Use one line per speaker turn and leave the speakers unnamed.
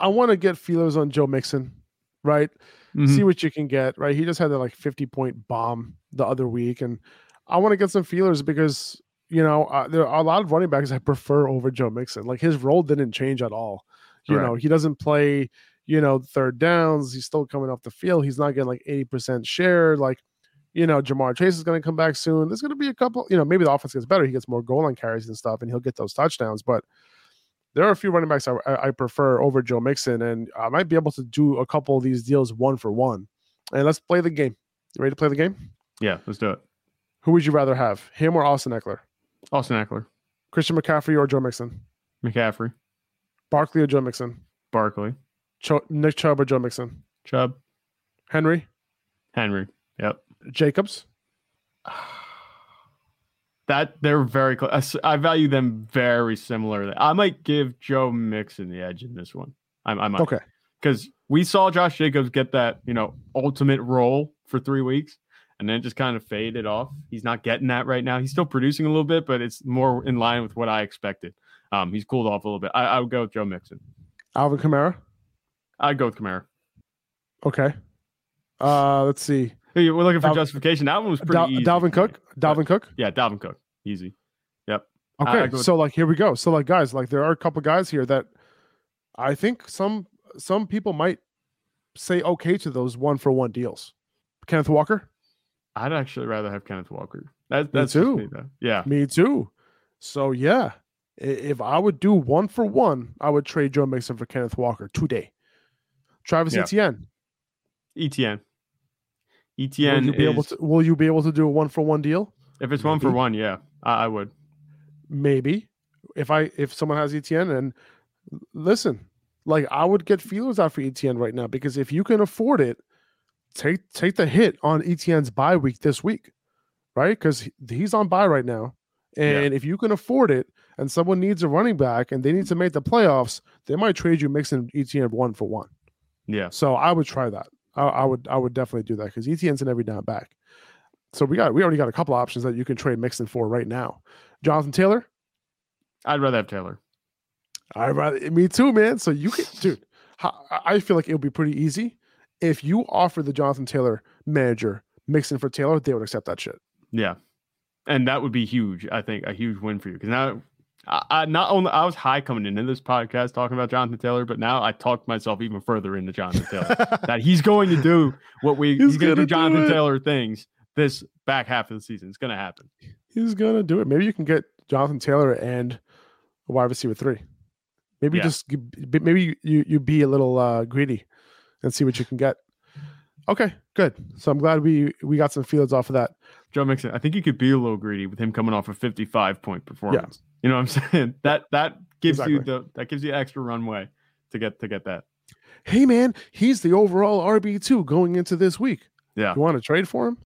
I want to get feelers on Joe Mixon, right?
Mhm.
See what you can get, right? He just had that like 50 point bomb the other week. And I want to get some feelers because, you know, uh, there are a lot of running backs I prefer over Joe Mixon. Like his role didn't change at all. You
Correct.
know, he doesn't play, you know, third downs. He's still coming off the field. He's not getting like 80% share. Like, you know, Jamar Chase is going to come back soon. There's going to be a couple, you know, maybe the offense gets better. He gets more goal line carries and stuff, and he'll get those touchdowns. But there are a few running backs I, I I prefer over Joe Mixon, and I might be able to do a couple of these deals one for one. And let's play the game. You ready to play the game?
yeah, let's do it.
Who would you rather have, him or Austin Eckler?
Austin Eckler,
Christian McCaffrey or Joe Mixon?
McCaffrey,
Barkley or Joe Mixon?
Barkley,
Cho- Nick Chubb or Joe Mixon?
Chubb,
Henry?
Henry. Yep.
Jacobs?
That they're very close. I value them very similarly. I might give Joe Mixon the edge in this one. I, I might.
Okay.
because we saw Josh Jacobs get that, you know, ultimate role for three weeks and then it just kind of faded off. He's not getting that right now. He's still producing a little bit, but it's more in line with what I expected. Um, he's cooled off a little bit. I, I would go with Joe Mixon.
Alvin Kamara?
I'd go with Kamara.
Okay. Uh, let's see.
Hey, we're looking for
Dalvin-
justification. That one was pretty
Dal-
easy.
Dalvin
for me.
Cook? Dalvin Cook?
Yeah, Dalvin Cook. Easy. I- I
Okay,
go with-
so like here we go. So like guys, like there are a couple guys here that I think some some people might say okay to those one for one deals. Kenneth Walker,
I'd actually rather have Kenneth Walker. That,
Me
that's just
too.
me, though. Yeah.
me too. So yeah, i- if I would do one for one, I would trade Joe Mixon for Kenneth Walker today. Travis
Yeah.
Etienne,
ETN.
will you
ETN
be able
E is,
to will you be able to do a one for one deal?
if it's one for
Maybe.
one, yeah, I, I would.
maybe if I if someone has ETN and listen, like I would get feelers out for ETN right now because if you can afford it, take take the hit on ETN's bye week this week, right? Because he's on bye right now,
Yeah.
and if you can afford it, and someone needs a running back and they need to make the playoffs, they might trade you mixing ETN one for one.
Yeah.
So I would try that. I, I would I would definitely do that because ETN's in every down back. So we got we already got a couple options that you can trade Mixon for right now. Jonathan Taylor,
I'd rather have Taylor.
I rather eh, me too, man. So you can, dude. ho- I- I feel like it would be pretty easy if you offer the Jonathan Taylor manager Mixon for Taylor. They would accept that shit.
Yeah, and that would be huge. I think a huge win for you because now, I, I not only I was high coming into this podcast talking about Jonathan Taylor, but now I talked myself even further into Jonathan Taylor that he's going to do what we he's,
He's
going to
gonna do
do Jonathan
it.
Taylor things this back half of the season. It's going to happen.
He's gonna do it. Maybe you can get Jonathan Taylor and a wide receiver three. Maybe
Yeah.
just g- b- maybe you- you you be a little uh, greedy and see what you can get. Okay, good. So I'm glad we we got some fields off of that.
Joe Mixon, I think you could be a little greedy with him coming off a 55 point performance. You know what I'm saying? That that gives you
Exactly.
the that gives you extra runway to get to get that.
Hey man, he's the overall RB two going into this week.
Yeah.
you want to trade for him?